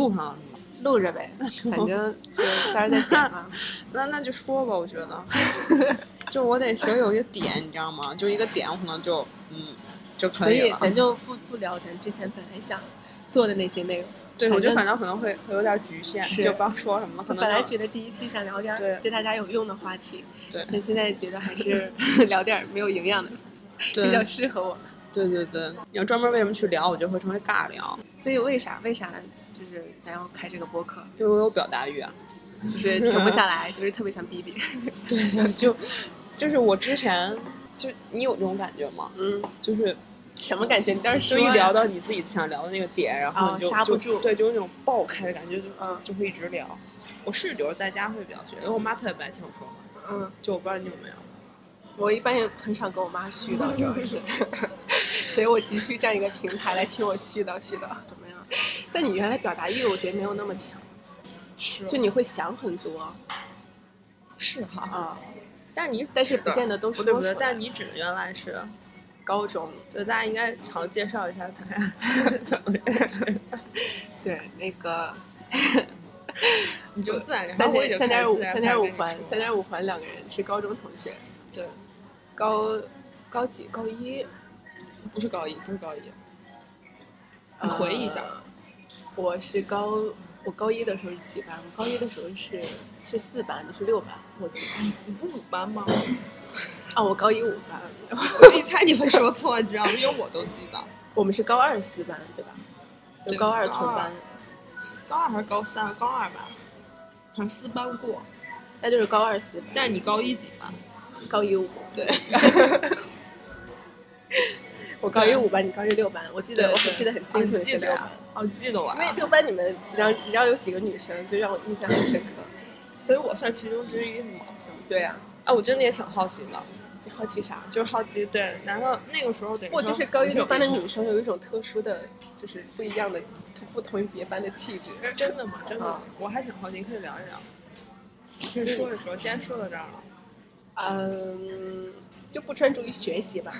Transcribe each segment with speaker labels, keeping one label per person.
Speaker 1: 录吗？录着呗，那就
Speaker 2: 反正就到时候再剪 嘛。
Speaker 1: 那那就说吧，我觉得，就我得学有一个点，你知道吗？就一个点，我可能就嗯就
Speaker 2: 所
Speaker 1: 可
Speaker 2: 以
Speaker 1: 了。
Speaker 2: 咱就不不聊咱之前本来想做的那些内容，
Speaker 1: 对，我觉得
Speaker 2: 反
Speaker 1: 反正可能会会有点局限，
Speaker 2: 是
Speaker 1: 就不知道说什么，可
Speaker 2: 本
Speaker 1: 能
Speaker 2: 来
Speaker 1: 就
Speaker 2: 觉得第一期想聊点儿
Speaker 1: 对
Speaker 2: 哦对大家有用的话题，
Speaker 1: 对
Speaker 2: 但现在觉得还 是聊点儿没有营养的比较
Speaker 1: 对
Speaker 2: 适合我。
Speaker 1: 对对对，你要专门为什么去聊，我就会成为尬聊，
Speaker 2: 所以为啥为啥就是咱要开这个播客，
Speaker 1: 因为我有表达欲啊。
Speaker 2: 就是停不下 来，就是特别想逼逼。
Speaker 1: 对，就就是我之前就你有这种感觉吗？
Speaker 2: 嗯，
Speaker 1: 就是
Speaker 2: 什么感觉？你倒是
Speaker 1: 就
Speaker 2: 说
Speaker 1: 一
Speaker 2: 呀
Speaker 1: 聊，到你自己想聊的那个点，然后
Speaker 2: 啊
Speaker 1: 你就、
Speaker 2: 刹不
Speaker 1: 就
Speaker 2: 住
Speaker 1: 对，就有那种爆开的感觉，就
Speaker 2: 嗯
Speaker 1: 就会一直聊。我是留在家会比较学，因为我妈特别不爱听我说话，
Speaker 2: 嗯，
Speaker 1: 就我不知道你有没有。
Speaker 2: 我一般也很少跟我妈絮
Speaker 1: 嗯
Speaker 2: 叨，主要是， 所以我急需这样一个平台来听我絮叨絮叨，怎么样？但你原来表达欲，我觉得没有那么强，
Speaker 1: 是
Speaker 2: 就你会想很多
Speaker 1: 是哈，
Speaker 2: 啊，
Speaker 1: 但你
Speaker 2: 但是
Speaker 1: 指
Speaker 2: 不见得都
Speaker 1: 不
Speaker 2: 说
Speaker 1: 对
Speaker 2: 出
Speaker 1: 不对
Speaker 2: 来。，
Speaker 1: 但你指的原来是
Speaker 2: 高中
Speaker 1: 对，大家应该好好介绍一下咱俩怎么认识，
Speaker 2: 对那个
Speaker 1: 你就自然
Speaker 2: 三点三点五三点五环三
Speaker 1: 五
Speaker 2: 点五环两个人是高中同学，
Speaker 1: 对，
Speaker 2: 高高几高一，
Speaker 1: 不是高一，不是高一，你
Speaker 2: 呃
Speaker 1: 回忆一下
Speaker 2: 我是高，我高一的时候是几班？我高一的时候是是四班，你是六班，我记得。
Speaker 1: 你不是五班吗？
Speaker 2: 啊，我高一五班，
Speaker 1: 我一猜你会说错，你知道吗？因为我都记得，
Speaker 2: 我们是高二四班，对吧？就
Speaker 1: 对
Speaker 2: 高二
Speaker 1: 高
Speaker 2: 同
Speaker 1: 二
Speaker 2: 班，
Speaker 1: 高二还是高三？啊高二吧，好像四班过。
Speaker 2: 那就是高二四班，
Speaker 1: 但是你高一几班？
Speaker 2: 高一五。
Speaker 1: 对，
Speaker 2: 我高一
Speaker 1: 对
Speaker 2: 五班，你高一六班，我记
Speaker 1: 对
Speaker 2: 得，我
Speaker 1: 对
Speaker 2: 很记得很
Speaker 1: 啊
Speaker 2: 清
Speaker 1: 你
Speaker 2: 楚
Speaker 1: 记
Speaker 2: 是
Speaker 1: 得
Speaker 2: 俩
Speaker 1: 啊。哦，你记得我
Speaker 2: 因为
Speaker 1: 啊，
Speaker 2: 六班你们只要只要有几个女生，就让我印象很深刻。
Speaker 1: 所以我算其中之一，是吗？
Speaker 2: 对呀、
Speaker 1: 啊，我真的也挺好奇的，
Speaker 2: 你好奇啥？
Speaker 1: 就是好奇，对，难道那个时候等于
Speaker 2: 我就
Speaker 1: 说
Speaker 2: 是高一六班的
Speaker 1: 你
Speaker 2: 女生，有一种特殊的，就是不一样的，不同于别班的气质。
Speaker 1: 是真的吗？真的吗
Speaker 2: 啊，
Speaker 1: 我还挺好奇，可以聊一聊，可以说一说。既然说到这儿了，
Speaker 2: 嗯，就不专注于学习吧，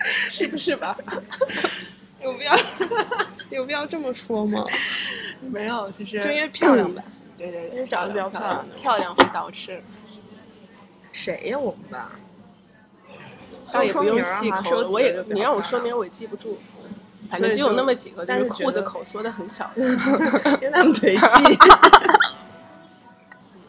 Speaker 2: 是不是 吧？
Speaker 1: 有必要有必要这么说吗？
Speaker 2: 没有，就是
Speaker 1: 就因为漂亮呗。
Speaker 2: 对对
Speaker 1: 因为
Speaker 2: 对，
Speaker 1: 长得比较
Speaker 2: 漂亮，漂
Speaker 1: 漂
Speaker 2: 亮会导致，
Speaker 1: 谁呀？我们班？
Speaker 2: 倒也不用细
Speaker 1: 说明儿
Speaker 2: 抠
Speaker 1: 啊，
Speaker 2: 我也
Speaker 1: 说几个就比较
Speaker 2: 你让
Speaker 1: 漂
Speaker 2: 我
Speaker 1: 亮
Speaker 2: 说明我也记不住，反
Speaker 1: 所
Speaker 2: 正
Speaker 1: 以
Speaker 2: 就有
Speaker 1: 就
Speaker 2: 那么几个，就
Speaker 1: 但
Speaker 2: 是
Speaker 1: 是觉
Speaker 2: 裤子
Speaker 1: 得
Speaker 2: 口缩的 很小。
Speaker 1: 因为他们 腿细。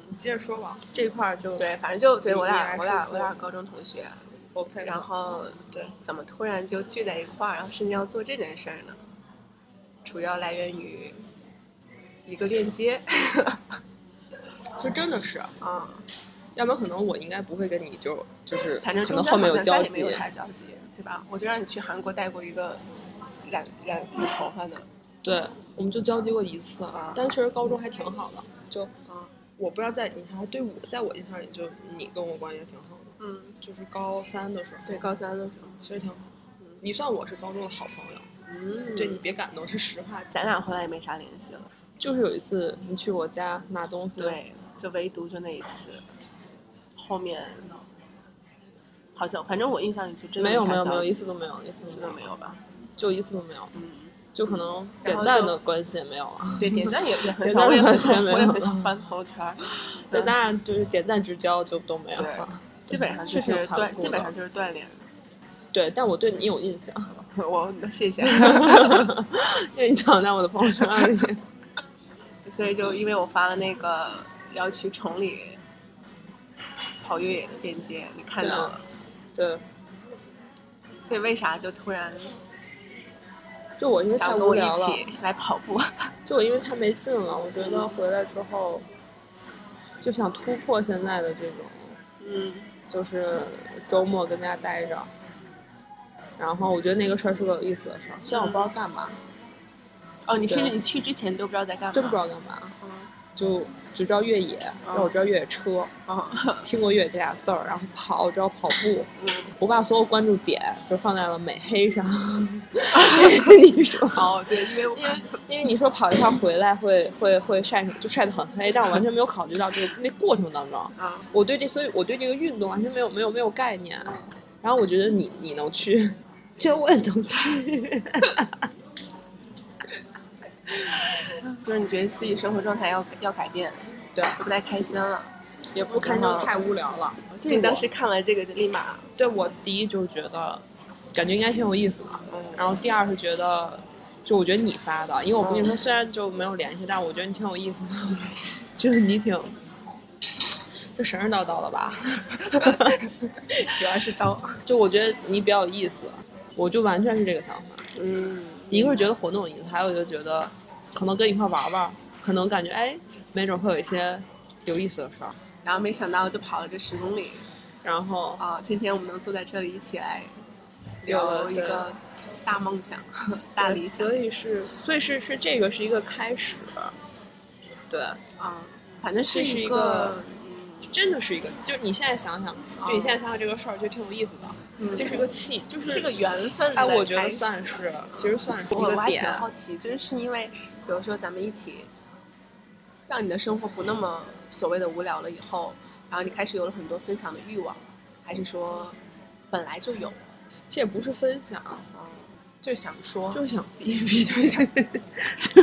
Speaker 1: 你接着说吧，这块儿就
Speaker 2: 对，反正就对
Speaker 1: 你
Speaker 2: 我
Speaker 1: 你
Speaker 2: 俩
Speaker 1: 来
Speaker 2: 我俩
Speaker 1: 说
Speaker 2: 我俩
Speaker 1: 说
Speaker 2: 高中同学，
Speaker 1: OK
Speaker 2: 然
Speaker 1: 然后
Speaker 2: 后
Speaker 1: 对，
Speaker 2: 怎么突然就聚在一块儿，然后甚至要做这件事儿呢？主要来源于一个链接
Speaker 1: 就真的是，
Speaker 2: 啊。
Speaker 1: 要不然可能我应该不会跟你就就是，
Speaker 2: 反正
Speaker 1: 可
Speaker 2: 中
Speaker 1: 能
Speaker 2: 间
Speaker 1: 后
Speaker 2: 好
Speaker 1: 面
Speaker 2: 像
Speaker 1: 有交
Speaker 2: 咱也没
Speaker 1: 集
Speaker 2: 有。啥交集，对吧？我就让你去韩国带过一个染染染头发的，
Speaker 1: 对，我们就交集过一次
Speaker 2: 啊
Speaker 1: 但确实高中还挺好的。就
Speaker 2: 啊，
Speaker 1: 我不知道在你还对我，在我印象里，就你跟我关系也挺好的，
Speaker 2: 嗯，
Speaker 1: 就是高三的时候，
Speaker 2: 对，，高三的时候，
Speaker 1: 其实挺好。
Speaker 2: 嗯
Speaker 1: 你算我是高中的好朋友，
Speaker 2: 嗯，
Speaker 1: 对你，别感动，是实话。
Speaker 2: 咱俩后来也没啥联系了，
Speaker 1: 就是有一次你去我家拿东西，，
Speaker 2: 对，就唯独就那一次，后面好像反正我印象里就真的
Speaker 1: 没有没有
Speaker 2: 啥
Speaker 1: 没有，
Speaker 2: 交
Speaker 1: 一
Speaker 2: 集
Speaker 1: 次都没有，一
Speaker 2: 一
Speaker 1: 次
Speaker 2: 次
Speaker 1: 都
Speaker 2: 都
Speaker 1: 没
Speaker 2: 没
Speaker 1: 有，
Speaker 2: 有吧，
Speaker 1: 就一次都没有。
Speaker 2: 嗯，
Speaker 1: 就可能
Speaker 2: 然后
Speaker 1: 点
Speaker 2: 就
Speaker 1: 赞的关系也没有啊 了。
Speaker 2: 对，点赞也也很
Speaker 1: 点
Speaker 2: 少，
Speaker 1: 赞
Speaker 2: 我也
Speaker 1: 好
Speaker 2: 很少，
Speaker 1: 像没
Speaker 2: 我也
Speaker 1: 有
Speaker 2: 很少翻朋友圈 儿，
Speaker 1: 点
Speaker 2: 嗯
Speaker 1: 赞就是点赞之交就都没有
Speaker 2: 对
Speaker 1: 了。
Speaker 2: 基本上就
Speaker 1: 这挺
Speaker 2: 是
Speaker 1: 残
Speaker 2: 断，
Speaker 1: 酷
Speaker 2: 基本
Speaker 1: 的
Speaker 2: 上就是 断联，
Speaker 1: 对，但我对你有印象，
Speaker 2: 我 谢谢。
Speaker 1: 因为你躺在我的朋友圈里。
Speaker 2: 所以就因为我发了那个要去崇礼跑越野的链接，你看
Speaker 1: 啊
Speaker 2: 到了，
Speaker 1: 对，
Speaker 2: 所以为啥就突然
Speaker 1: 就我因为
Speaker 2: 想
Speaker 1: 太
Speaker 2: 要跟
Speaker 1: 无
Speaker 2: 我一
Speaker 1: 聊了，
Speaker 2: 起来跑步？
Speaker 1: 就我因为太没劲了，我觉得回来之后就想突破现在的这种，
Speaker 2: 嗯，
Speaker 1: 就是周末跟家待着。然后我觉得那个事儿是个有意思的事儿，虽然我不知道干嘛，
Speaker 2: 哦，你甚至
Speaker 1: 对啊
Speaker 2: 你去之前都不知道在干嘛，
Speaker 1: 真不知道干嘛，
Speaker 2: 嗯。
Speaker 1: 就只知道越野，然后我知道越野车，
Speaker 2: 嗯
Speaker 1: 听过越野这俩字儿，然后跑，我知道跑步，
Speaker 2: 嗯，
Speaker 1: 我把所有关注点就放在了美黑 上。 因为你说，
Speaker 2: 哦，对，因为我
Speaker 1: 因为因为你说跑一趟回来会会会晒成就晒得很黑，但我完全没有考虑到就是那过程当中，
Speaker 2: 啊，
Speaker 1: 我对这所以我对这个运动完全没有没有没有概念。然后我觉得你 你能去，这我也能去，
Speaker 2: 就是你觉得自己生活状态要要改变，
Speaker 1: 对，
Speaker 2: 就不太开心了。
Speaker 1: 也不堪
Speaker 2: 然
Speaker 1: 称
Speaker 2: 后
Speaker 1: 太无聊了。
Speaker 2: 就你当时看完这个，就立马，
Speaker 1: 对我第一就是觉得，感觉应该挺有意思的。
Speaker 2: 嗯
Speaker 1: 然后第二是觉得，就我觉得你发的，因为我跟你说虽然就没有联系，但我觉得你挺有意思的， 就是你挺，就神神叨叨的吧。
Speaker 2: 主要是刀，
Speaker 1: 就我觉得你比较有意思，我就完全是这个想法。
Speaker 2: 嗯，
Speaker 1: 一个是觉得活动有意思，还有就觉得可能跟你一块玩玩，可能感觉哎，没准会有一些有意思的事儿。
Speaker 2: 然后没想到就跑了这十公里
Speaker 1: 然后
Speaker 2: 啊！今天我们能坐在这里一起来
Speaker 1: 有的
Speaker 2: 聊一
Speaker 1: 对
Speaker 2: 个大梦 想、大
Speaker 1: 对
Speaker 2: 理想
Speaker 1: 所以是，所以是是这个是一个开始，对，
Speaker 2: 啊，反正是
Speaker 1: 这是一
Speaker 2: 个
Speaker 1: 个，真的是一个，就是你现在想想，就你现在想想这个事儿，就挺有意思的，
Speaker 2: 嗯，
Speaker 1: 这是一个契，就是
Speaker 2: 是个缘分
Speaker 1: 哎，
Speaker 2: 的
Speaker 1: 我觉
Speaker 2: 开
Speaker 1: 得
Speaker 2: 始
Speaker 1: 算是，其实算是一
Speaker 2: 我我
Speaker 1: 个
Speaker 2: 还挺
Speaker 1: 点，
Speaker 2: 好奇，就是是因为，比如说咱们一起，让你的生活不那么所谓的无聊了以后，然后你开始有了很多分享的欲望，还是说本来就有，
Speaker 1: 这也不是分享，
Speaker 2: 嗯，就是想说，
Speaker 1: 就想 逼一逼，就想，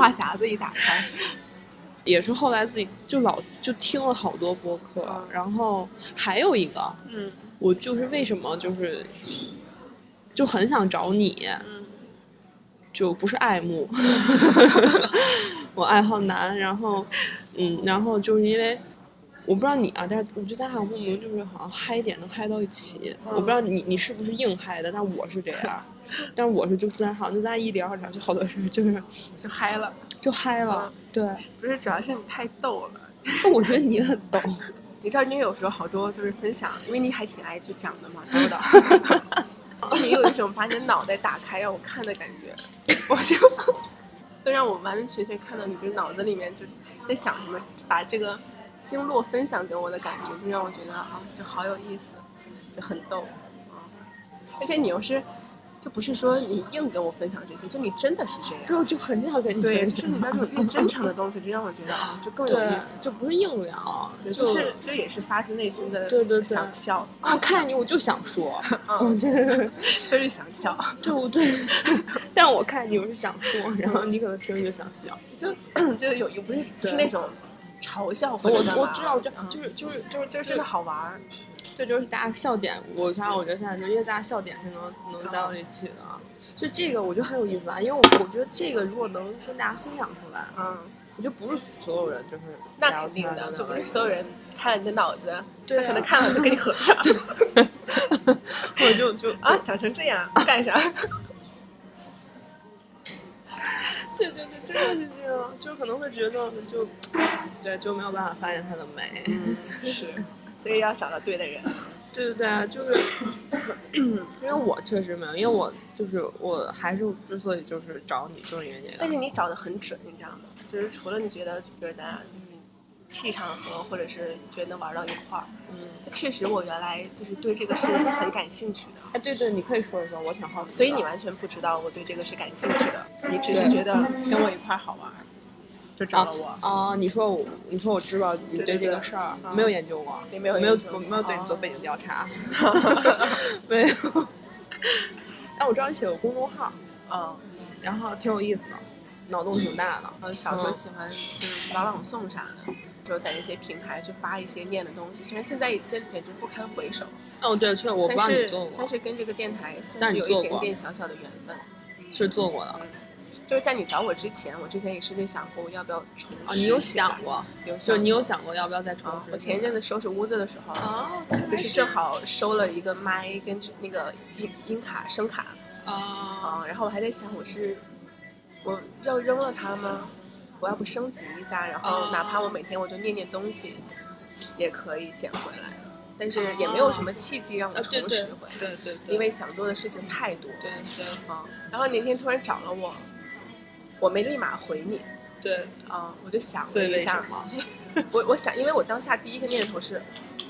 Speaker 2: 话匣子一打 开，
Speaker 1: 也是后来自己就老就听了好多播客
Speaker 2: 嗯，
Speaker 1: 然后还有一个，
Speaker 2: 嗯
Speaker 1: 我就是为什么就是就很想找你，
Speaker 2: 嗯
Speaker 1: 就不是爱慕， 我爱好男，然后，嗯，然后就是因为我不知道你啊，但是我觉得咱俩莫名就是好像嗨点能嗨到一起，我不知道你你是不是硬嗨的，但我是这样，但我是就自然好，就咱俩一聊聊就好多事儿，就是
Speaker 2: 就嗨了，
Speaker 1: 就嗨了，对，
Speaker 2: 不是，主要是你太逗了。
Speaker 1: 我觉得你很懂，
Speaker 2: 你知道，你有时候好多就是分享，因为你还挺爱去讲的嘛，知道的。就你有一种把你的脑袋打开让我看的感觉，我就都让我完完全全看到你这脑子里面就在想什么，把这个经络分享给我的感觉，就让我觉得啊，就好有意思，就很逗啊。而且你又是，就不是说你硬跟我分享这些，就你真的是这样。
Speaker 1: 对，我就很想跟你
Speaker 2: 对，
Speaker 1: 分
Speaker 2: 就是
Speaker 1: 享
Speaker 2: 你那种越真诚的东西，就让我觉得啊，就更有意
Speaker 1: 对
Speaker 2: 思，。
Speaker 1: 就不是硬聊，
Speaker 2: 就
Speaker 1: 就是
Speaker 2: 是这也是发自内心的
Speaker 1: 对对对
Speaker 2: 想笑，
Speaker 1: 我看你我就想 说，我
Speaker 2: 嗯，
Speaker 1: 觉得。
Speaker 2: 就是想笑，
Speaker 1: 就 对，但我看你我是想说，然后你可能听着就想笑。
Speaker 2: 就 就有有不是
Speaker 1: 对
Speaker 2: 是那种嘲笑或
Speaker 1: 我
Speaker 2: 者干嘛
Speaker 1: 我知道，我知道，
Speaker 2: 嗯
Speaker 1: 就是就是就是
Speaker 2: 就是真的，好玩儿，
Speaker 1: 这就是大家笑点。我想想，我觉得现在就因为大家笑点是能能在到一起的啊，就这个我觉得很有意思啊。因为我我觉得这个如果能跟大家分享出来，
Speaker 2: 嗯，
Speaker 1: 我觉得不是所有人就是
Speaker 2: 那
Speaker 1: 聊
Speaker 2: 肯定
Speaker 1: 天
Speaker 2: 的，
Speaker 1: 聊
Speaker 2: 就不
Speaker 1: 聊
Speaker 2: 是 所有人看了你的脑子，
Speaker 1: 对
Speaker 2: 他
Speaker 1: 啊
Speaker 2: 可能看了就跟你 合上
Speaker 1: 或者就就
Speaker 2: 啊
Speaker 1: 啊，，
Speaker 2: 长成这样干啥？
Speaker 1: 对对对，真的是这样，就可能会觉得就对就没有办法发现它的美。
Speaker 2: 是，所以要找到对的人，
Speaker 1: 对对对啊，就是 因为我确实没有，因为我就是我还是之所以就是找你，就是因为这
Speaker 2: 但是
Speaker 1: 个。
Speaker 2: 你找的很准，你知道吗？就是除了你觉得，比如咱俩就是气场合，或者是觉得能玩到一块儿。
Speaker 1: 嗯，
Speaker 2: 确实，我原来就是对这个是很感兴趣的，
Speaker 1: 哎，对对，你可以说一说，我挺好奇的。
Speaker 2: 所以你完全不知道我对这个是感兴趣的，你只是
Speaker 1: 对
Speaker 2: 觉得跟我一块儿好玩儿，就找了我。
Speaker 1: 啊、你说我，你说我知道你
Speaker 2: 对对
Speaker 1: 这个
Speaker 2: 对
Speaker 1: 事儿
Speaker 2: 啊
Speaker 1: 没有研究啊过，
Speaker 2: 也没有
Speaker 1: 没有
Speaker 2: 研究
Speaker 1: 我没有对你做
Speaker 2: 哦
Speaker 1: 背景调 查，没有。 但我知道你写过公众号，哦
Speaker 2: 嗯，
Speaker 1: 然后挺有意思的，脑洞挺大的。
Speaker 2: 呃，小时候
Speaker 1: 嗯
Speaker 2: 喜欢就是朗朗诵啥的，就在那些平台去发一些念的东西，虽然现在这简直不堪回首，
Speaker 1: 哦，对，确实我不知道
Speaker 2: 但
Speaker 1: 你
Speaker 2: 是
Speaker 1: 做
Speaker 2: 但
Speaker 1: 过，
Speaker 2: 是跟这个电台算
Speaker 1: 但
Speaker 2: 是
Speaker 1: 你
Speaker 2: 有一
Speaker 1: 做
Speaker 2: 点
Speaker 1: 过
Speaker 2: 点小小的缘分。
Speaker 1: 是做过的啊、
Speaker 2: 嗯，就是在你找我之前，我之前也是没想过我要不要重拾。
Speaker 1: 哦你有想？过，
Speaker 2: 有
Speaker 1: 就
Speaker 2: 想
Speaker 1: 你有
Speaker 2: 过
Speaker 1: 想过要不要再重
Speaker 2: 啊
Speaker 1: 试？？
Speaker 2: 我前一阵子收拾屋子的时候，
Speaker 1: 哦，
Speaker 2: 就是正好收了一个麦跟那个音音卡声卡
Speaker 1: 啊，
Speaker 2: 啊，然后我还在想我是我要扔了它吗？我要不升级一下，然后
Speaker 1: 哦
Speaker 2: 哪怕我每天我就念念东西，也可以捡回来。但是也没有什么契机让我
Speaker 1: 啊，对
Speaker 2: 重拾
Speaker 1: 对
Speaker 2: 回来，
Speaker 1: 对对对，
Speaker 2: 因为想做的事情太多
Speaker 1: 对对
Speaker 2: 啊。然后那天突然找了我，我没立马回你
Speaker 1: 对，
Speaker 2: 啊，我就想
Speaker 1: 所
Speaker 2: 了
Speaker 1: 以
Speaker 2: 一
Speaker 1: 为
Speaker 2: 下
Speaker 1: 什，么？
Speaker 2: 我我想，因为我当下第一个念头是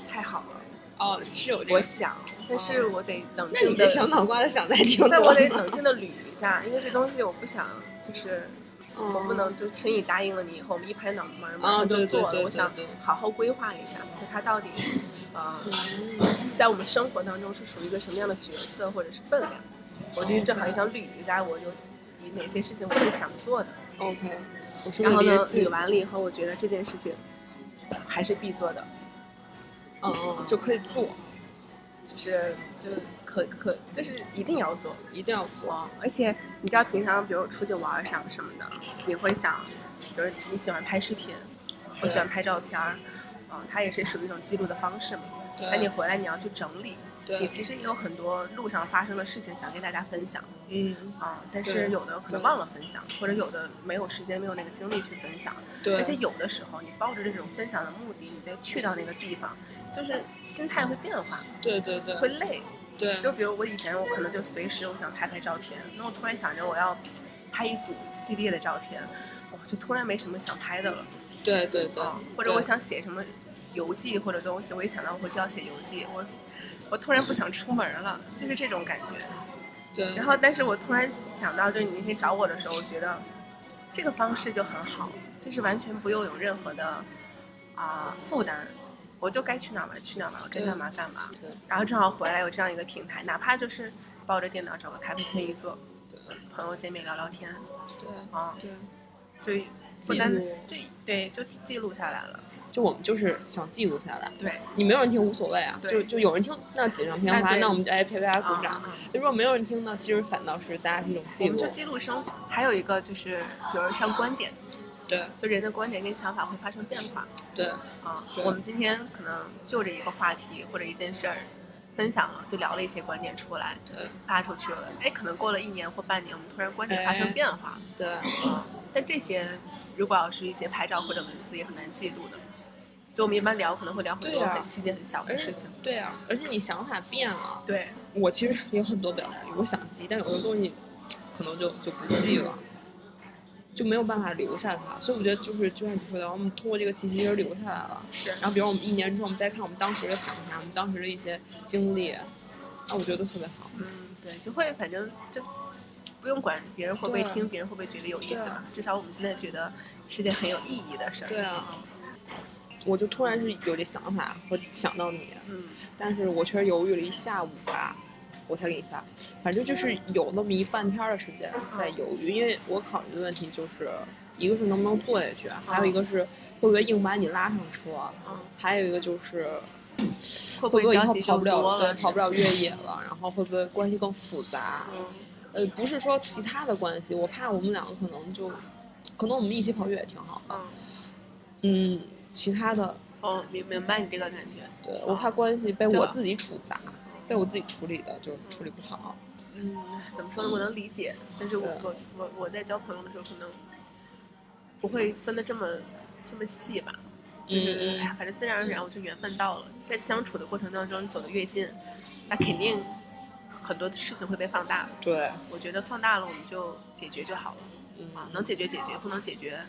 Speaker 2: 太好了。
Speaker 1: 哦，是有这
Speaker 2: 我
Speaker 1: 个。
Speaker 2: 想，但是我得冷
Speaker 1: 那
Speaker 2: 静
Speaker 1: 你
Speaker 2: 的
Speaker 1: 这， 小脑瓜子想再听
Speaker 2: 但我得
Speaker 1: 懂吗
Speaker 2: 冷静的捋 一下，因为这东西我不想，就是我不能就轻易答应了你以后，我们一拍脑门儿马
Speaker 1: 啊
Speaker 2: 上就
Speaker 1: 对对
Speaker 2: 做了。
Speaker 1: 对
Speaker 2: 我
Speaker 1: 对
Speaker 2: 想
Speaker 1: 对
Speaker 2: 好好规划一下，就 它到底，呃，
Speaker 1: 嗯
Speaker 2: 在我们生活当中是属于一个什么样的角色或者是分量，我就正好也想捋一下，我就以哪些事情我是想做的，
Speaker 1: OK，我是
Speaker 2: 然后呢
Speaker 1: 个，劣
Speaker 2: 理
Speaker 1: 迹
Speaker 2: 完了以后，我觉得这件事情还是必做的，
Speaker 1: 嗯嗯，就可以做，
Speaker 2: 就是就可可就是一定要做。
Speaker 1: 一定要做。
Speaker 2: 哦，而且你知道平常比如出去玩儿啥什么的，你会想，比如你喜欢拍视频，我
Speaker 1: 对
Speaker 2: 喜欢拍照片儿，嗯、它也是属于一种记录的方式嘛。嗯那你
Speaker 1: 对
Speaker 2: 回来你要去整理，你
Speaker 1: 对，
Speaker 2: 其实也有很多路上发生的事情想跟大家分享
Speaker 1: 嗯
Speaker 2: 啊、但
Speaker 1: 对
Speaker 2: 是有的可能
Speaker 1: 对
Speaker 2: 忘了分享，或者有的没有时间没有那个精力去分享，
Speaker 1: 对，
Speaker 2: 而且有的时候你抱着这种分享的目的，你再去到那个地方，就是心态会变化，
Speaker 1: 对对对
Speaker 2: 会累。
Speaker 1: 对，
Speaker 2: 就比如我以前我可能就随时我想拍拍照片，那我突然想着我要拍一组系列的照片，我就突然没什么想拍的了，
Speaker 1: 对对对
Speaker 2: 啊，或者我
Speaker 1: 对
Speaker 2: 想写什么游记或者东西，我一想到我回去要写游记，我我突然不想出门了，就是这种感觉。
Speaker 1: 对，
Speaker 2: 然后，但是我突然想到，就是你那天找我的时候，我觉得这个方式就很好，就是完全不用有任何的啊、负担。我就该去哪儿玩去哪儿玩，我该
Speaker 1: 对
Speaker 2: 干嘛干嘛。
Speaker 1: 对
Speaker 2: 然后正好回来有这样一个平台，哪怕就是抱着电脑找个咖啡厅一坐，
Speaker 1: 对
Speaker 2: 朋友见面聊聊天
Speaker 1: 对
Speaker 2: 啊，
Speaker 1: 对，
Speaker 2: 就不
Speaker 1: 记
Speaker 2: 单
Speaker 1: 录
Speaker 2: 就对，就记录下来了。
Speaker 1: 就我们就是想记录下来。
Speaker 2: 对，
Speaker 1: 你没有人听无所谓啊，
Speaker 2: 对
Speaker 1: 就就有人听那锦上添
Speaker 2: 那
Speaker 1: 花，
Speaker 2: 对
Speaker 1: 那我们就哎陪大家
Speaker 2: 啊
Speaker 1: 鼓
Speaker 2: 啊
Speaker 1: 掌。
Speaker 2: 啊！
Speaker 1: 如果没有人听呢，其实反倒是咱俩是一种
Speaker 2: 我
Speaker 1: 记
Speaker 2: 们
Speaker 1: 录
Speaker 2: 就。记录生活，还有一个就是，比如像观点，
Speaker 1: 对
Speaker 2: 就人的观点跟想法会发生变化
Speaker 1: 对
Speaker 2: 啊
Speaker 1: 对。
Speaker 2: 我们今天可能就着一个话题或者一件事儿分享了，就聊了一些观点出来，
Speaker 1: 对
Speaker 2: 发出去了。哎，可能过了一年或半年，我们突然观点发生
Speaker 1: 哎
Speaker 2: 变化，
Speaker 1: 对
Speaker 2: 啊，但这些如果要是一些拍照或者文字，也很难记录的。就我们一般聊，可能会聊很
Speaker 1: 对啊
Speaker 2: 多
Speaker 1: 呀
Speaker 2: 很细节、很小的
Speaker 1: 而
Speaker 2: 事情。
Speaker 1: 对啊，而且你想法变了，
Speaker 2: 对，
Speaker 1: 我其实有很多表达欲，我想记，但有的东西可能就就不记了，就没有办法留下它。所以我觉得就是就像你说的，我们通过这个契机其实留下来了。
Speaker 2: 是
Speaker 1: 然后比如我们一年之后，我们再看我们当时的想法，我们当时的一些经历，那我觉得都特别好。
Speaker 2: 嗯，对，就会反正就不用管别人会不会
Speaker 1: 对啊
Speaker 2: 听，别人会不会觉得有意
Speaker 1: 对
Speaker 2: 思
Speaker 1: 啊
Speaker 2: 吧。至少我们现在觉得是件很有意义的事儿。嗯
Speaker 1: 对啊，我就突然是有这想法和想到你，
Speaker 2: 嗯，
Speaker 1: 但是我确实犹豫了一下午吧，我才给你发。反正就是有那么一半天儿的时间
Speaker 2: 嗯
Speaker 1: 在犹豫，因为我考虑的问题就是，一个是能不能做下去，还有一个是会不会硬把你拉上车，
Speaker 2: 嗯，
Speaker 1: 还有一个就是
Speaker 2: 会不
Speaker 1: 会不会以
Speaker 2: 交
Speaker 1: 后
Speaker 2: 集
Speaker 1: 跑
Speaker 2: 就
Speaker 1: 不
Speaker 2: 多
Speaker 1: 了，
Speaker 2: 了
Speaker 1: 对，？跑不了越野了，然后会不会关系更复杂？
Speaker 2: 嗯，
Speaker 1: 呃，不是说其他的关系，我怕我们两个可能就，可能我们一起跑越野挺好的，
Speaker 2: 嗯，
Speaker 1: 嗯，其他的
Speaker 2: 哦，明明白你这个感觉。嗯
Speaker 1: 对我怕关系被
Speaker 2: 就
Speaker 1: 我自己处砸，被我自己处理的就处理不好。
Speaker 2: 嗯，怎么说呢？我能理解，但是我
Speaker 1: 对
Speaker 2: 我我我在交朋友的时候可能不会分的这么这么细吧，就是、
Speaker 1: 嗯嗯
Speaker 2: 哎呀，反正自然而然我就缘分到了。在相处的过程当中，你走得越近，那肯定很多事情会被放大。
Speaker 1: 对，
Speaker 2: 我觉得放大了，我们就解决就好了
Speaker 1: 嗯
Speaker 2: 啊，能解决解决，不能解决。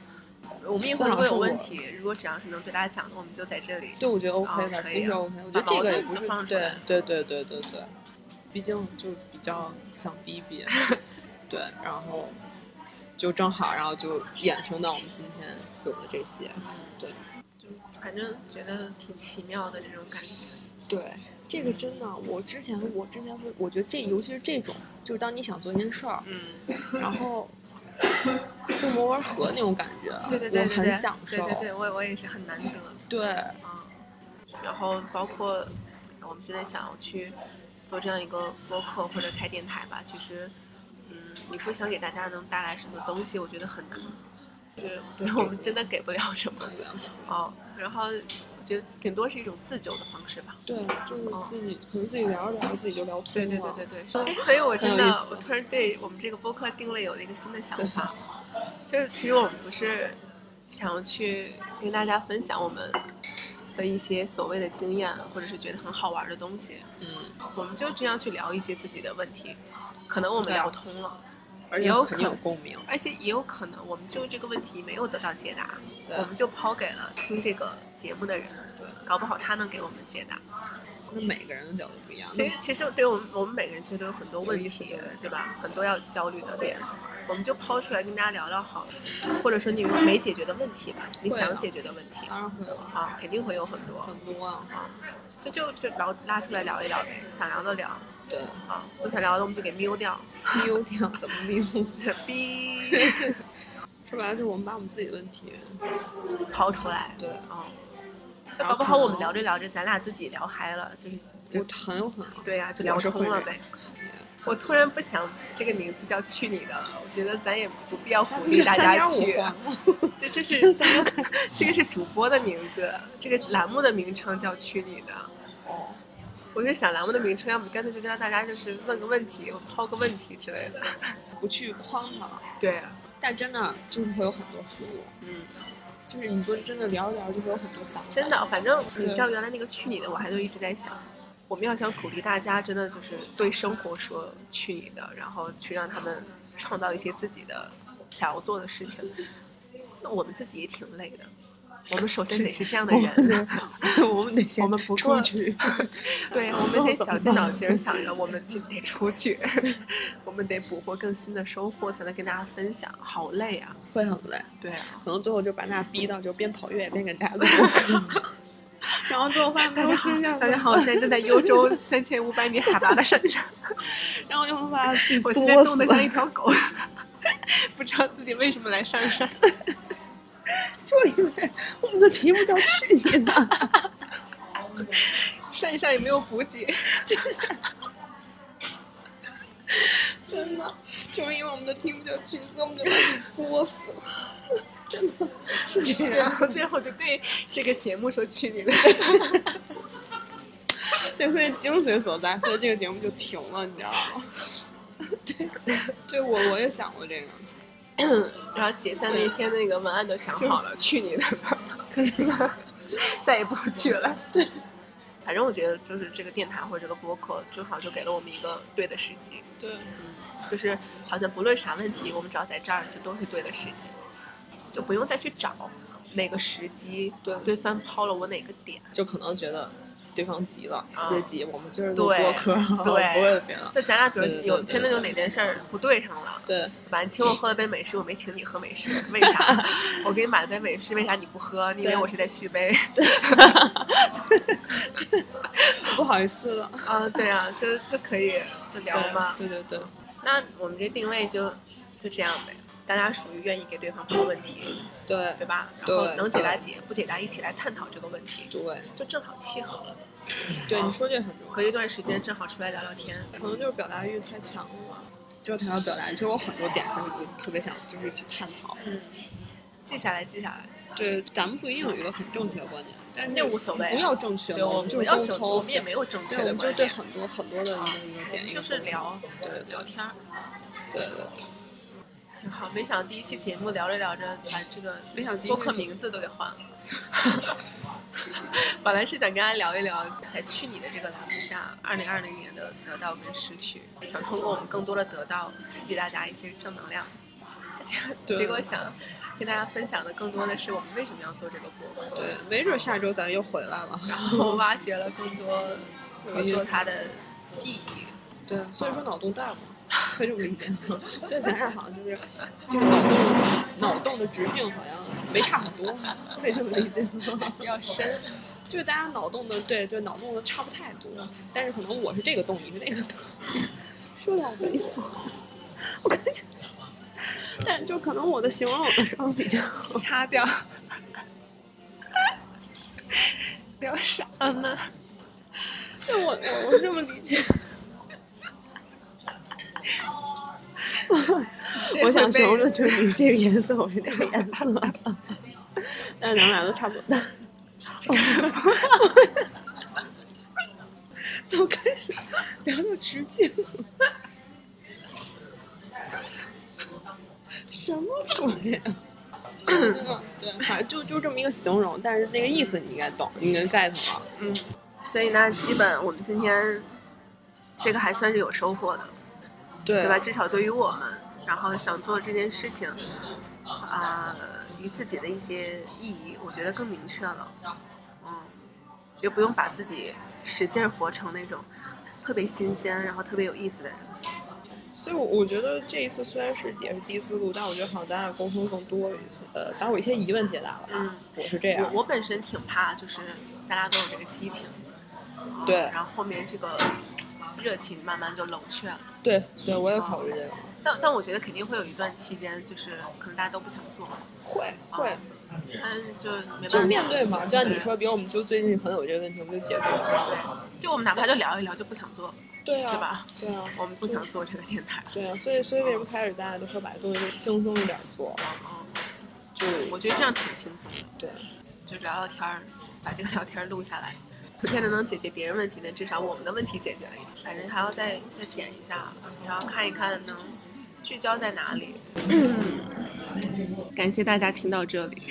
Speaker 2: 我们一会儿如果有问题，如果只要是能对大家讲的，我们就在这里。
Speaker 1: 对，我觉得 OK
Speaker 2: 啊
Speaker 1: 的，
Speaker 2: 可以
Speaker 1: 其实
Speaker 2: 啊
Speaker 1: OK，我
Speaker 2: 把
Speaker 1: 觉得这
Speaker 2: 矛
Speaker 1: 个
Speaker 2: 盾
Speaker 1: 也不
Speaker 2: 就是放出
Speaker 1: 对
Speaker 2: 来，
Speaker 1: 对对对对对，毕竟就比较想逼一 逼，对，然后就正好，然后就衍生到我们今天有的这些，对
Speaker 2: 就反正觉得挺奇妙的这种感觉。
Speaker 1: 对，这个真的，我之前我之前会，我觉得这尤其是这种，就是当你想做一件事儿，
Speaker 2: 嗯，
Speaker 1: 然后 不谋而合那种感觉，
Speaker 2: 对对对
Speaker 1: 我
Speaker 2: 对
Speaker 1: 很
Speaker 2: 对，
Speaker 1: 享受，
Speaker 2: 对对对，我也我也是很难得。
Speaker 1: 对
Speaker 2: 啊，然后包括我们现在想要去做这样一个播客或者开电台吧，其实，嗯，你说想给大家能带来什么东西，我觉得很难，就是 对我们真的给不了什么哦。然后我觉得顶多是一种自救的方式吧。
Speaker 1: 对，就是自己可能自己聊着聊着自己就聊通了，
Speaker 2: 哦对对对对对，所以哎所以我真
Speaker 1: 很
Speaker 2: 的
Speaker 1: 有意思
Speaker 2: 我突然对我们这个播客定位有了一个新的想法，就是其实我们不是想要去跟大家分享我们的一些所谓的经验，或者是觉得很好玩的东西，
Speaker 1: 嗯，
Speaker 2: 我们就这样去聊一些自己的问题，可能我们
Speaker 1: 对
Speaker 2: 聊通了，
Speaker 1: 而
Speaker 2: 也
Speaker 1: 且
Speaker 2: 有
Speaker 1: 肯
Speaker 2: 可
Speaker 1: 定有共鸣，
Speaker 2: 而且也有可能我们就这个问题没有得到解答，
Speaker 1: 对
Speaker 2: 我们就抛给了听这个节目的人，
Speaker 1: 对。
Speaker 2: 搞不好他能给我们解答。
Speaker 1: 那每个人的角度不一样。
Speaker 2: 所以其实对我们我们每个人其实都有很多问题
Speaker 1: 有意思的，
Speaker 2: 对吧？很多要焦虑的点，我们就抛出来跟大家聊聊好了，或者说你有没解决的问题吧，你
Speaker 1: 会
Speaker 2: 想
Speaker 1: 的
Speaker 2: 解决的问题
Speaker 1: 当然会了，
Speaker 2: 啊，肯定会有很多
Speaker 1: 很多啊。
Speaker 2: 啊，这就就聊拉出来聊一聊呗，想聊的聊
Speaker 1: 对，啊
Speaker 2: 啊， 不想聊的我们就给瞄掉，嗯
Speaker 1: 丢掉怎么丢？
Speaker 2: 逼。
Speaker 1: 说白了就是我们把我们自己的问题，
Speaker 3: 抛出来。
Speaker 1: 对，啊
Speaker 2: 哦，
Speaker 3: 就搞不好我们聊着聊着，咱俩自己聊嗨了，就是就
Speaker 1: 我很有可能。
Speaker 2: 对呀、就
Speaker 3: 我
Speaker 2: 聊
Speaker 3: 是
Speaker 2: 通
Speaker 3: 会
Speaker 2: 了
Speaker 3: 这
Speaker 2: 呗。我突然不想这个名字叫“去你的”了，我觉得咱也不必要鼓励大
Speaker 1: 三
Speaker 2: 家
Speaker 1: 点
Speaker 2: 去啊
Speaker 1: 五。啊环吗？
Speaker 2: 对，这是这个是主播的名字，这个栏目的名称叫“去你的”。
Speaker 1: 哦，
Speaker 2: 我是想栏目的名称，要不干脆就让大家就是问个问题，抛个问题之类的。
Speaker 1: 不去框它了，
Speaker 2: 对，啊
Speaker 1: 但真的就是会有很多思路，
Speaker 2: 嗯，
Speaker 1: 就是你跟真的聊一聊，就会有很多想法。
Speaker 2: 真的，反正你
Speaker 1: 对
Speaker 2: 知道原来那个去你的，我还就一直在想，我们要想鼓励大家，真的就是对生活说去你的，然后去让他们创造一些自己的想要做的事情。那我们自己也挺累的，我们首先得是这样的
Speaker 1: 我
Speaker 2: 人，
Speaker 1: 们， 我们得先
Speaker 2: 我们不
Speaker 1: 出
Speaker 2: 过
Speaker 1: 去。
Speaker 2: 对， 我
Speaker 1: 做
Speaker 2: 们得
Speaker 1: 怎么
Speaker 2: 绞尽
Speaker 1: 办
Speaker 2: 脑汁儿想着我们今得出去， 我们得捕获更新的收获，才能跟大家分享。好累啊，
Speaker 1: 会很累，
Speaker 2: 对啊。
Speaker 1: 可能最后就把大家逼到，就边跑越野边给大家录播客，然后最后发现
Speaker 2: 大
Speaker 1: 不是
Speaker 2: 家好
Speaker 1: 这，样
Speaker 2: 大
Speaker 1: 的
Speaker 2: 家，好，我现在正在幽 州三千五百米海拔的山上，
Speaker 1: 然后就会把自己
Speaker 2: 我
Speaker 1: 作
Speaker 2: 现 在冻得像
Speaker 1: 死，
Speaker 2: 一条狗，不知道自己为什么来上山。
Speaker 1: 就因为我们的题目叫去你的，
Speaker 2: 山上也没有补 给，
Speaker 1: 真的就是因为我们的题目叫去，所以我们就把你作死了，真的是这
Speaker 2: 然
Speaker 1: 样。
Speaker 2: 后最后就对这个节目说去你的。
Speaker 1: 对，所以精髓所在，所以这个节目就停了，你知道吗？ 对，对我我也想过这 个，
Speaker 2: 然后解散那一天那个文案都想好了，去你的，
Speaker 1: 可能
Speaker 2: 再也不去了。对。反正我觉得就是这个电台或者这个播客，正好就给了我们一个对的时机，
Speaker 1: 对，
Speaker 2: 就是好像不论啥问题，我们只要在这儿就都是对的事情，就不用再去找哪个时机，
Speaker 1: 对
Speaker 2: 对方抛了我哪个点，
Speaker 1: 就可能觉得对方急了，
Speaker 2: 啊
Speaker 1: 别急，我们今儿录
Speaker 2: 对
Speaker 1: 播客， 不
Speaker 2: 对
Speaker 1: 会有别的。
Speaker 2: 就咱俩比如
Speaker 1: 啊对对对
Speaker 2: 有
Speaker 1: 对
Speaker 2: 真的有
Speaker 1: 对
Speaker 2: 哪件事儿不对上了，
Speaker 1: 对，
Speaker 2: 对吧？你请我喝了杯美式，我没请你喝美式，为 啥？我给你买了杯美式，为啥你不喝？你以为
Speaker 1: 对
Speaker 2: 我是在 续杯？
Speaker 1: 不好意思了。
Speaker 2: 啊，对啊，就就可以就 聊嘛。
Speaker 1: 对对对，
Speaker 2: 那我们这定位就就这样呗，大家属于愿意给对方抛问题，
Speaker 1: 对
Speaker 2: 对吧？然后
Speaker 1: 对
Speaker 2: 能解答
Speaker 1: 对
Speaker 2: 解，不解答一起来探讨这个问题，
Speaker 1: 对
Speaker 2: 就正好契合了。
Speaker 1: 对，你说这很重
Speaker 2: 隔一段时间正好出来聊聊天，
Speaker 1: 要，可能就是表达欲太强了吧。就是谈到表达欲，其实我很多点其实我特别想就是去探讨。
Speaker 2: 嗯，记下来，记下来。
Speaker 1: 对，咱们不一定有一个很正确的观点，但是
Speaker 2: 那无所谓啊
Speaker 1: 不要正确
Speaker 2: 对，
Speaker 1: 嘛，们
Speaker 2: 我们
Speaker 1: 就是
Speaker 2: 要
Speaker 1: 沟
Speaker 2: 正确，我
Speaker 1: 通
Speaker 2: 们，也没有正确
Speaker 1: 对，我
Speaker 2: 的
Speaker 1: 们就
Speaker 2: 观
Speaker 1: 对
Speaker 2: 点，啊
Speaker 1: 很多很多的一个一个点，一
Speaker 2: 就
Speaker 1: 个
Speaker 2: 是
Speaker 1: 沟通，
Speaker 2: 聊
Speaker 1: 对对
Speaker 2: 聊天儿。
Speaker 1: 对对对。
Speaker 2: 挺 好，没想到第一期节目聊着聊着，把这个
Speaker 1: 没想到第一
Speaker 2: 播
Speaker 1: 期
Speaker 2: 客名字都给换了。 本来是想跟大家聊一聊，在去你的这个栏目下，二零二零年的得到跟失去，想通过我们更多的得到，刺激大家一些正能量。 结
Speaker 1: 对
Speaker 2: 结果想跟大家分享的更多的是我们为什么要做这个播客，
Speaker 1: 对，没准下周咱又回来了。
Speaker 2: 然后挖掘了更多合作它的意义。
Speaker 1: 对，所以说脑洞大 嘛，可以这么理解 吗？所以咱俩好像就是就是脑洞脑洞的直径好像没差很多，可以这么理解 吗？
Speaker 2: 比较深，
Speaker 1: 就是咱俩脑洞的对对脑洞的差不太多，但是可能我是这个洞，你是那个洞， 说俩没意思。 我感觉，但就可能我的形容的时候比较
Speaker 2: 掐掉。 聊啥呢？
Speaker 1: 对我我我是这么理解。 我想形容的就是你这个颜色，我是那个颜色， 但是咱们俩都差不多 大。怎么开始聊到直径了？什么鬼、啊？ 就是那个对，反正就就这么一个形容，但是那个意思你应该懂，你应该 get 了。
Speaker 2: 嗯，所以呢，基本我们今天这个还算是有收获的，
Speaker 1: 对
Speaker 2: 对吧？至少对于我们，然后想做这件事情，啊、与自己的一些意义，我觉得更明确了。嗯，也不用把自己使劲儿活成那种特别新鲜，然后特别有意思的人。
Speaker 1: 所以我，我觉得这一次虽然是也是第一次录，但我觉得好像咱俩沟通更多了一些，呃，把我一些疑问解答了吧。啊
Speaker 2: 嗯
Speaker 1: 我是
Speaker 4: 啊
Speaker 1: 这样
Speaker 2: 我。我本身挺怕，就是咱俩都有这个激情，嗯
Speaker 1: 对
Speaker 2: 然后后面这个热情慢慢就冷却了。
Speaker 1: 对对，我也考虑这个。
Speaker 2: 但但我觉得肯定会有一段期间，就是可能大家都不想做嘛，
Speaker 4: 会会，
Speaker 1: 啊
Speaker 2: 但是就没办法，
Speaker 4: 就面对嘛。就
Speaker 1: 嗯
Speaker 4: 像你说，比如我们就最近可能有这个问题，我们就解决了。
Speaker 2: 对，就我们哪怕就聊一聊，就不想做，
Speaker 4: 对
Speaker 2: 对
Speaker 4: 啊，
Speaker 2: 吧？
Speaker 4: 对啊，
Speaker 2: 我们不想做这个电台。
Speaker 4: 对啊。所以所以为什么开始咱俩就说把这东西就轻松一点做，
Speaker 2: 嗯，
Speaker 4: 就
Speaker 2: 我觉得这样挺轻松的，
Speaker 4: 对
Speaker 2: 就聊聊天儿，把这个聊天儿录下来，不见得能解决别人问题呢，至少我们的问题解决了一些，反正还要再再剪一下，然后看一看能聚焦在 哪里。感谢大家听到这里，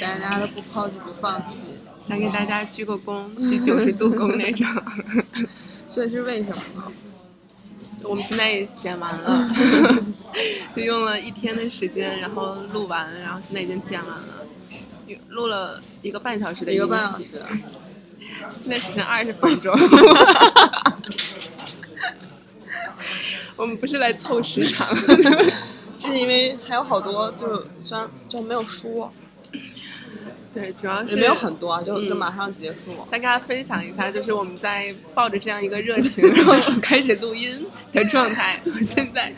Speaker 1: 大家都不抛弃不放弃，
Speaker 2: 想给大家鞠个躬，鞠九十度躬那 种。
Speaker 1: 这是为什么呢？
Speaker 2: 我们现在也剪完 了，就用了一天的时间，然后录完，然后现在已经剪完了，有录了一个半小时的
Speaker 1: 一个
Speaker 2: 音频
Speaker 1: 半小时，
Speaker 2: 现在只剩二十分 钟。我们不是来凑时 长，
Speaker 1: 就是因为还有好多，就是虽然就没有说，
Speaker 2: 对，主要
Speaker 1: 也
Speaker 2: 是
Speaker 1: 没有很多啊，就
Speaker 2: 嗯
Speaker 1: 就马上结束。
Speaker 2: 再跟大家分享一下，就是我们在抱着这样一个热 情，然后开始录音的状态。 我现在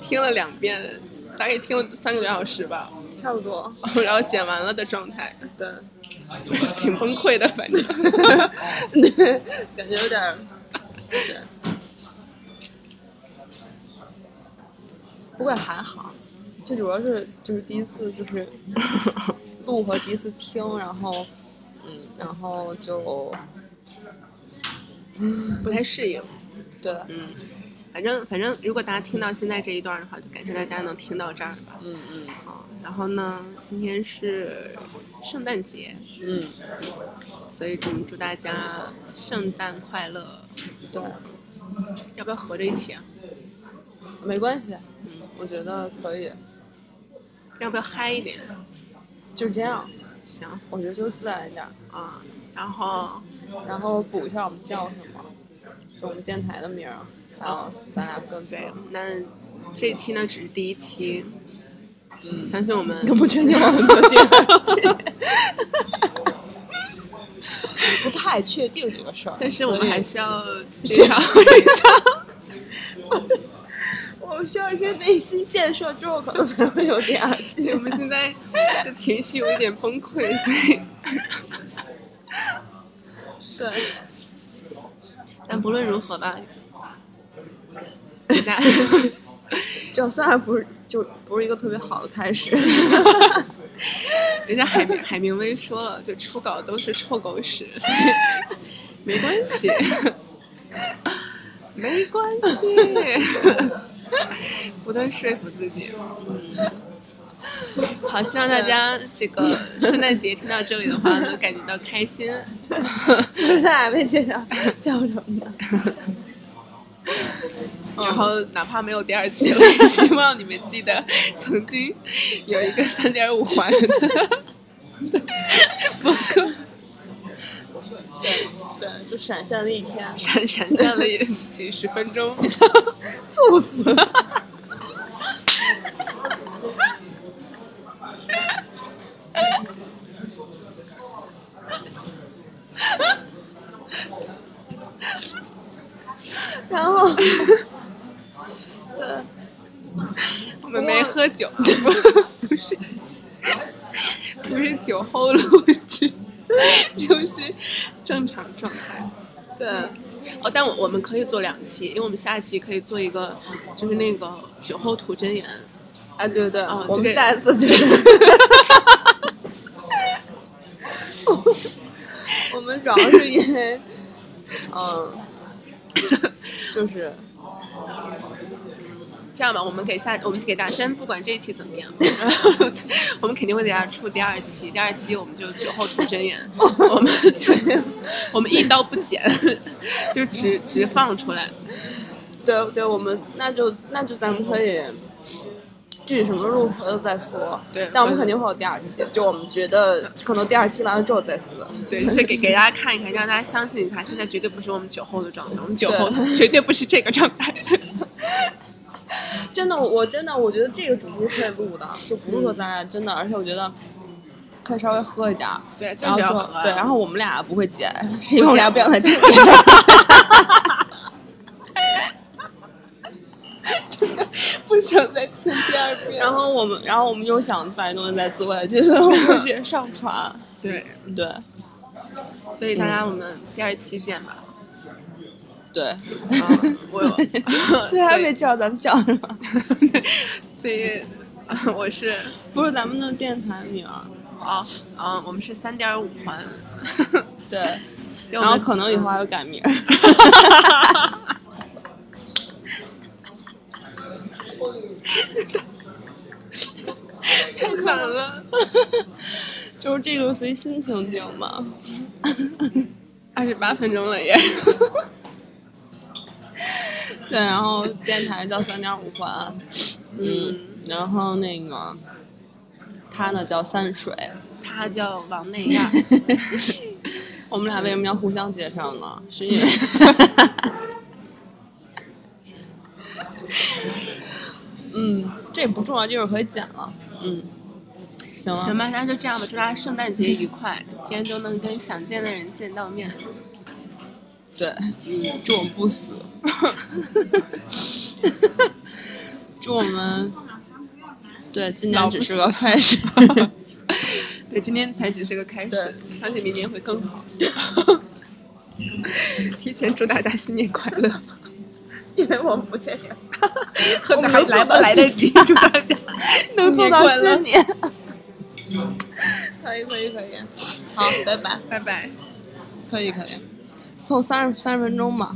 Speaker 2: 听了两遍，大概听了三个多小时吧，
Speaker 1: 差不多，
Speaker 2: 然后剪完了的状态，
Speaker 1: 对，
Speaker 2: 挺崩溃的，反 正。
Speaker 1: 嗯感觉有点儿，对，不过也还好，这主要是就是第一次就是录和第一次听，然后嗯，然后就嗯
Speaker 2: 不太适应。
Speaker 1: 对，嗯
Speaker 2: 反正反正，如果大家听到现在这一段的话，就感谢大家能听到这儿吧。
Speaker 1: 嗯嗯
Speaker 2: 啊，然后呢，今天是圣诞节，
Speaker 1: 嗯，
Speaker 2: 所以我们祝大家圣诞快乐。
Speaker 1: 对，
Speaker 2: 要不要合着一起啊？
Speaker 1: 没关系，
Speaker 2: 嗯，
Speaker 1: 我觉得可以，
Speaker 2: 要不要嗨一点？
Speaker 1: 就这样，
Speaker 2: 行
Speaker 1: 我觉得就自然一点儿，
Speaker 2: 啊、然后
Speaker 1: 然后补一下我们叫什么，就我们电台的名儿，还有咱俩各自，
Speaker 2: 对，那这期呢只是第一期，
Speaker 1: 嗯，
Speaker 2: 相信我 们
Speaker 1: 都不确定我们的第二期， 不太确定这个事儿。
Speaker 2: 但是我
Speaker 1: 所
Speaker 2: 们
Speaker 1: 以
Speaker 2: 还 是要介绍一下。
Speaker 1: 我需要一些内心建设之后，可能才会有第二期。
Speaker 2: 我们现在的情绪有一点崩溃，所以。
Speaker 1: 对，
Speaker 2: 但不论如何吧，大家
Speaker 1: 就虽然不是就不是一个特别好的开始，
Speaker 2: 人家海明海明威说了，就初稿都是臭狗屎，所以没关系，没关系，不断说服自己。好，希望大家这个圣诞节听到这里的话，能感觉到开心。
Speaker 1: 咱俩没介绍叫什么呢？
Speaker 2: 然后哪怕没有第二期了，也希望你们记得曾经有一个三点五环的博客
Speaker 1: 对对，就闪现了一天，
Speaker 2: 闪 闪现了几十分钟，
Speaker 1: 猝死。然后，对，
Speaker 2: 我们没喝酒，不是 不是酒后录制， 就是正常状态。
Speaker 1: 对，
Speaker 2: 哦，但我我们可以做两期，因为我们下一期可以做一个，就是那个酒后吐真言。
Speaker 1: 哎，对对，
Speaker 2: 哦
Speaker 1: 我
Speaker 2: 这
Speaker 1: 们
Speaker 2: 个
Speaker 1: 下一 次就是，我们主要是因为，嗯，就是
Speaker 2: 这样吧，我们给下我们给大家先不管这一期怎么样， 我们肯定会给大家出第二期，第二期我们就酒后吐真言，我 们就我们一刀不剪， 就直直放出来。
Speaker 1: 对对，我们那就那就咱们可以具体什么时候录回头再说。
Speaker 2: 对
Speaker 1: 但我们
Speaker 2: 嗯
Speaker 1: 肯定会有第二期，就我们觉得可能第二期完了之后再撕。
Speaker 2: 对，就是给给大家看一看，让大家相信一下，现在绝对不是我们酒后的状态，我们酒后
Speaker 1: 对
Speaker 2: 绝对不是这个状态。
Speaker 1: 真的，我我真的我觉得这个主题是可以录的，就不是
Speaker 2: 嗯
Speaker 1: 说咱俩真的，而且我觉得可以稍微喝一点儿。
Speaker 2: 对， 就
Speaker 1: 然后
Speaker 2: 是要
Speaker 1: 就
Speaker 2: 喝。
Speaker 1: 对，然后我们俩嗯不会 剪，因为我们俩不想再听。想再听第二遍。然后我们，然后我们又想把东西再做下去，所以我们直接上传。
Speaker 2: 对，
Speaker 1: 对
Speaker 2: 所以大家我们第二期见吧。
Speaker 1: 对，
Speaker 2: 嗯，我有，
Speaker 1: 虽然没 叫咱们叫什么，
Speaker 2: 所以，所以我是
Speaker 1: 不是咱们的电台名儿。
Speaker 2: 啊，嗯，我们是三点五环，
Speaker 1: 对，
Speaker 2: 然
Speaker 1: 然嗯后可能以 后还会改名儿。
Speaker 2: 太难了。
Speaker 1: 就是这个随心情定吧。
Speaker 2: 二十八分钟了耶，
Speaker 1: 对，然后电台叫三点五环，嗯，然后那个他呢叫三水。
Speaker 2: 他叫王内 亚，
Speaker 1: 我们俩为什么要互相介绍呢？是 因为，嗯，这不重要，这会儿可以剪了。嗯，行了，
Speaker 2: 行吧，那就这样吧，祝大家圣诞节愉快，今天都能跟想见的人见到面。
Speaker 1: 对，嗯，祝我们不死，祝我们，对，今年只 是个开始。
Speaker 2: 对，今天才只是个开始，
Speaker 1: 对
Speaker 2: 相信明年会更好。 提前祝大家新年快乐，因为我们不 确定，可能还来不来得及 祝大家
Speaker 1: 能做到
Speaker 2: 快乐
Speaker 1: 新年， 可以可以可以，好，拜拜，
Speaker 2: 拜拜。
Speaker 1: 可以可以，凑三十三十分钟吧。